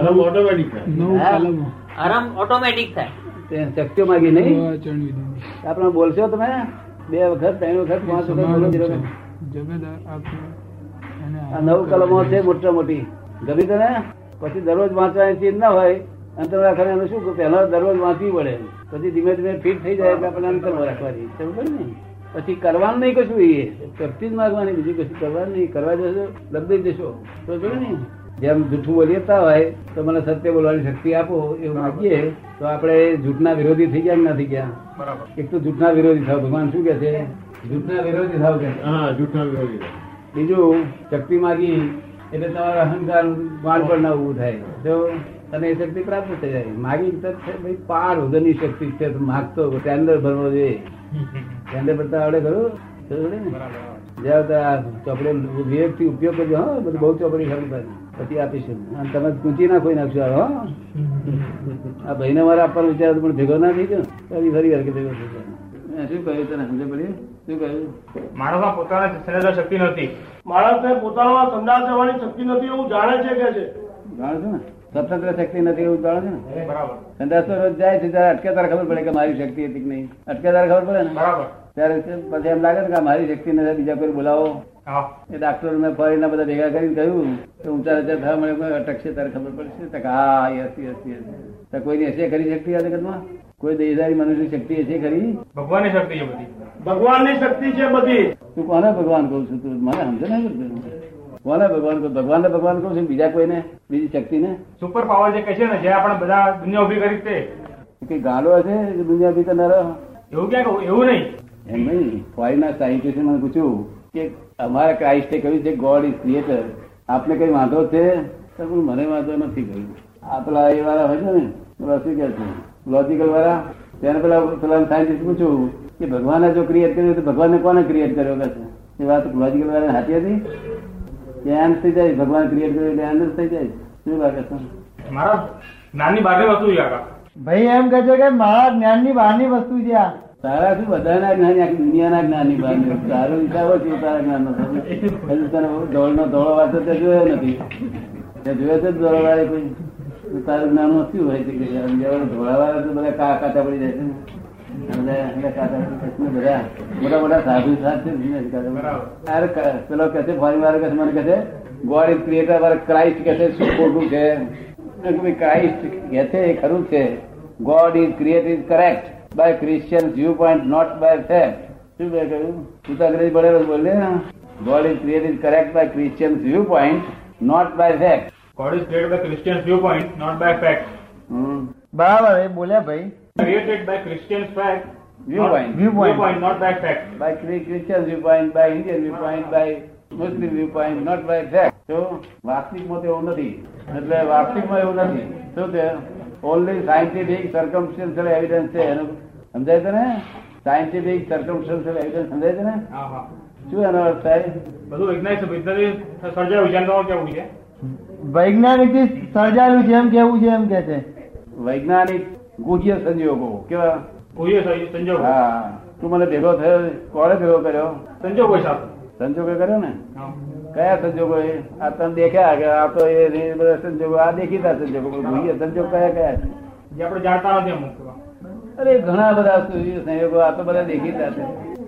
આરામ ઓટોમેટિક થાય નવ હા? કલમો આરામ ઓટોમેટિક થાય તે શક્તિઓ માગી નહીં ચણ વિધિ આપણે બોલશો તમે બે વખત ત્રણ વખત પાંચ વખત બોલો ધીરો ધીરો. જબેદાર આપ્યો અને આ નવ કલમો છે મોટા મોટી ગમી તને પછી દરરોજ વાંચવાની ચીજ ના હોય અંતર રાખવાની એનું શું પહેલા દરરોજ વાંચવી પડે પછી ધીમે ધીમે ફિટ થઈ જાય એટલે આપણે અંતર રાખવાની સમજ પડી ને પછી કરવાનું નહીં કશું એ શક્તિ જ માગવાની બીજું કશું કરવાનું નહીં કરવા જશો લબડી જશો સમજ પડી ને જેમ જૂઠું બોલીતા હોય તો મને સત્ય બોલવાની શક્તિ આપો એવું માગીએ તો આપણે જૂઠના વિરોધી થઈ ગયા કે ના થઈ ગયા બરાબર એક તો જૂઠના વિરોધી થાવ ભગવાન શું કે છે જૂઠના વિરોધી થાવ કે છે. હા જૂઠા વિરોધી બીજું શક્તિ માગી એટલે તમારો અહંકાર માળ પર ના ઉભું થાય જો અને એ શક્તિ પ્રાપ્ત થઈ જાય માગી તો છે ભઈ પાર વગરની શક્તિ છે તો માગતો ટેન્ડર ભરવો જોઈએ ટેન્ડર ભરતા આવડે ખરું ખબર પડી ને? જાઓ તો આ ચોપડે વિવેકથી ઉપયોગ કરજો હા બધું બહુ ચોપડી ખરી પાછી. પછી આપીશું અને તમે કૂંચી નાખો એ નાખશો હારો, હો આ ભાઈને મારે આપવાનો વિચાર હતો પણ ભેગો ના થઈ ગયો ફરી ફરી વાર કે ભેગો થઈ ગયો મેં શું કહ્યું તને સમજ પડી શું કહ્યું માણસમાં પોતાના સંવેદના શક્તિ નથી માણસને પોતાનામાં સંદાસ થવાની શક્તિ નથી એવું જાણે છે કે છે જાણો છો ને સ્વતંત્ર શક્તિ નથી એવું જાણો છો ને બરાબર સંદાસ તો રોજ જાય છે ત્યારે અટકે ત્યારે ખબર પડે કે મારી શક્તિ હતી કે નહીં અટકે ત્યારે ખબર પડે ને બરાબર ત્યારે તે પછી એમ લાગે ને કે આ મારી શક્તિ નથી બીજા કોઈ બોલાવો હા એ ડાક્ટર મેં ફરીને બધા ભેગા કરીને કહ્યું કે ઊંચા ઊંચા થવા મળે કોઈ અટકશે ત્યારે ખબર પડશે તો કે હા યસ યસ યસ તો કોઈની હશે કરી શક્તિ આ જગતમાં કોઈ દેહધારી મનુષ્ય શક્તિ હશે ખરી ભગવાનની શક્તિ છે બધી ભગવાનની શક્તિ છે બધી તું કોને ભગવાન કહું છું તું મને સમજે નહીં પડતું કોને ભગવાન કહું ભગવાન ને ભગવાન કહું છું બીજા કોઈને બીજી શક્તિ ને સુપર પાવર જે કહે છે ને જે આપણે બધા દુનિયા ઉભી કરી છે કે ગાડો હશે જે દુનિયા ભી કરનારો એવું ક્યાં કહું એવું નહીં એમ નહીં ફોરીના સાયન્ટિસ્ટ મને પૂછ્યું કે અમારા ક્રાઇસ્ટે કહ્યું છે ગોડ ઇઝ ક્રિએટર આપને કઈ વાંધો છે તો પણ મને વાંધો નથી કહ્યું આ પેલા એ વાળા હોય છે ને પેલા શું કહે છે લોજિકલ વાળા તેને પેલા પેલા સાયન્ટિસ્ટ પૂછ્યું કે ભગવાને જો ક્રિએટ કર્યું તો ભગવાનને કોને ક્રિએટ કર્યો કહે છે એ વાત લોજિકલ વાળા સાચી હતી કે એમ થઈ જાય ભગવાન ક્રિએટ કર્યું એટલે એમ જ થઈ જાય શું લાગે છે મારા નાની બહારની વસ્તુ છે કાકા ભાઈ એમ કહે છે કે મારા જ્ઞાનની બહારની વસ્તુ છે આ તારા શું બધાના જ્ઞાની આખી દુનિયાના જ્ઞાનની બહાર નહીં. તારો હિસાબ જ એ તારા જ્ઞાનનો થશે. હજુ તને ધોળનો ધોળો વાંચતો તે જોયો નથી તે જોયો છે જ ધોળો વાળે કોઈ તો તારું જ્ઞાન શું હોય છે કે યાર, બીજાવાળા ધોળા વાળા તો બધા કા કાચા પડી જાય છે ને. બધા એટલે કાચા પડી જાય છે ને બધા મોટા મોટા સાધુ સાધ છે ને કાચા પડી જાય. અરે ક- પેલો કહે છે ફોરી વાળો કહે છે મને કહે છે ગોડ ઇઝ ક્રિએટર વાળો ક્રાઇસ્ટ કહે છે શું ખોટું છે મેં કીધું, "ભઈ, ક્રાઇસ્ટ કહે છે એ ખરું જ છે God is create is correct by Christian view point not by fact શું મેં કહ્યું તું તો અંગ્રેજી ભણેલો છે, બોલ ને God is create is correct by Christian view point not by fact God is created by Christians view point not by fact બરાબર એ બોલ્યા ભાઈ created by Christians fact view point View point. Point not by fact by Christian view point by Indian view point by Muslim view point not by fact તો વાસ્તવિકમાં તો એવું નથી એટલે વાસ્તવિકમાં એવું નથી શું છે ઓનલી સાયન્ટિફિક સર્કમસ્ટન્શિયલ એવિડન્સ છે એનું સમજાય છે ને સાયન્ટિફિક સર્કમસ્ટન્શિયલ એવિડન્સ સમજાય છે ને હા હા શું એનો અર્થ થાય બધું વૈજ્ઞાનિક વૈજ્ઞાનિક સર્જાયું છે એમ તમારું કેવું છે વૈજ્ઞાનિક સર્જાયેલું છે એમ કેવું છે એમ કે છે વૈજ્ઞાનિક ગુહ્ય સંજોગો કેવા કોઈએ સર્જ- સંજોગો હા તું મને ભેગો થયો કોણે ભેગો કર્યો સંજોગો સાથે સંજોગો કર્યો ને હા. કયા સંજોગો એ આ તને દેખ્યા કે આ તો એ રે- બધા સંજોગો આ દેખીતા સંજોગો પણ ગુહ્ય સંજોગ કયા કયા છે જે આપણે જાણતા નથી અમુક અરે ઘણા બધા સુ- સંયોગો આ તો બધા દેખીતા છે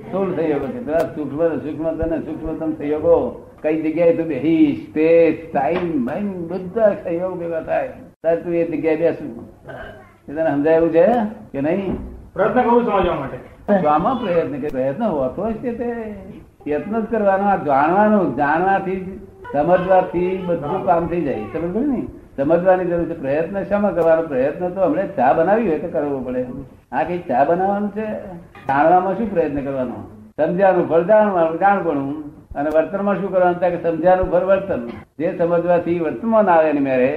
સ્થૂળ સંયોગો છે પેલા સૂક્ષ્મ સૂક્ષ્મતમ ને સૂક્ષ્મતમ સંયોગો કઈ જગ્યાએ તું બેહીશ સ્પેસ ટાઈમ માઇન્ડ બધા સંયોગ ભેગા થાય ત્યારે તું એ જગ્યાએ બેસું એ તને સમજાય એવું છે કે નહીં પ્રયત્ન કરું સમજવા માટે તો આમાં પ્રયત્ન કે પ્રયત્ન હોતો જ છે તે પ્રયત્ન જ કરવાનો આ જાણવાનું જાણવાથી જ, સમજવાથી બધું કામ થઈ જાય સમજ પડી ને સમજવાની જરૂર છે પ્રયત્ન શામાં કરવાનો પ્રયત્ન તો હમણે ચા બનાવી હોય તો કરવો પડે આ કઈ ચા બનાવવાનું છે જાણવામાં શું પ્રયત્ન કરવાનો સમજ્યાનું ફળ જાણવાનું જાણપણું અને વર્તનમાં શું કરવાનું થાય કે સમજ્યાનું ફળ વર્તન જે સમજવાથી વર્તનમાં આવે એની મેરે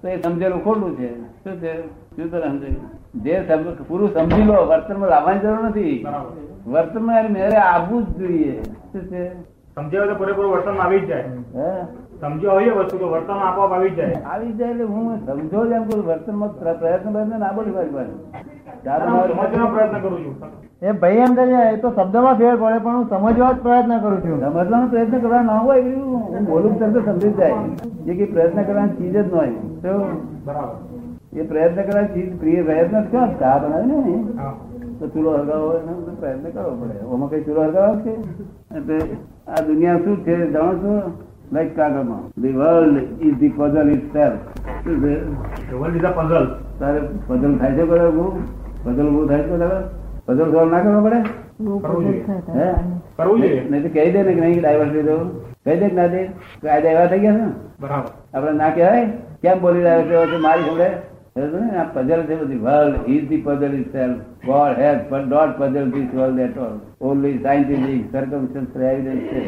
તો એ સમજેલું ખોટું છે શું છે શું તને સમજાયું? જે સમ- પૂરું સમજી લો વર્તનમાં લાવવાની જરૂર નથી બરાબર. વર્તનમાં એની મેરે આવવું જ જોઈએ શું છે સમજ્યા હોય તો પૂરેપૂરું વર્તનમાં આવી જ જાય હે? સમજો આવી એ વસ્તુ તો વર્તન આપોઆપ આવી જ જાય આવી જાય એટલે હું સમજો જ એમ કરું વર્તનમાં પ્ર- પ્રયત્ન બને ના બોલી મારી પાસે તારો હું મારો સમજવાનો પ્રયત્ન કરું છું એ ભાઈ એમ કહે છે, એ તો શબ્દમાં ફેર પડે પણ હું સમજવા જ પ્રયત્ન કરું છું સમજવાનો પ્રયત્ન કરવા ના હોય એવું હું બોલું તરત જ સમજી જ જાય જે કઈ પ્રયત્ન કરવાની ચીજ જ ન હોય તો બરાબર એ પ્રયત્ન કરવાની ચીજ પ્રિય પ્રયત્ન જ ક્યાં ચા બનાવે ને હા તો ચૂલો હળગાવો એનો બધો પ્રયત્ન કરવો પડે ઓમાં કઈ ચૂલો હળગાવો છે એટલે આ દુનિયા શું છે જાણો છો લાઈક કાગળમાં the world is the puzzle it શું છે વર્લ્ડ ઇઝ અ પઝલ તારે પઝલ થાય છે બરાબર ઊભું? પઝલ ઊભું થાય છે બરાબર પઝલ સોલ્વ ના કરવો પડે કરવું જોઈએ હે કરવું જોઈએ નહીં તો કહી દે ને કે નહીં ડાયવર્સ લીધો કહી દે કે ના દે કાયદા એવા થઈ ગયા છે ને બરાબર આપડે ના કહેવાય કેમ બોલી રહ્યા છો તો મારી જોડે સમજો ને? આ પઝલ છે બધી world is the puzzle is self God has પણ dot puzzle this world at all only scientific circumstance evidence છે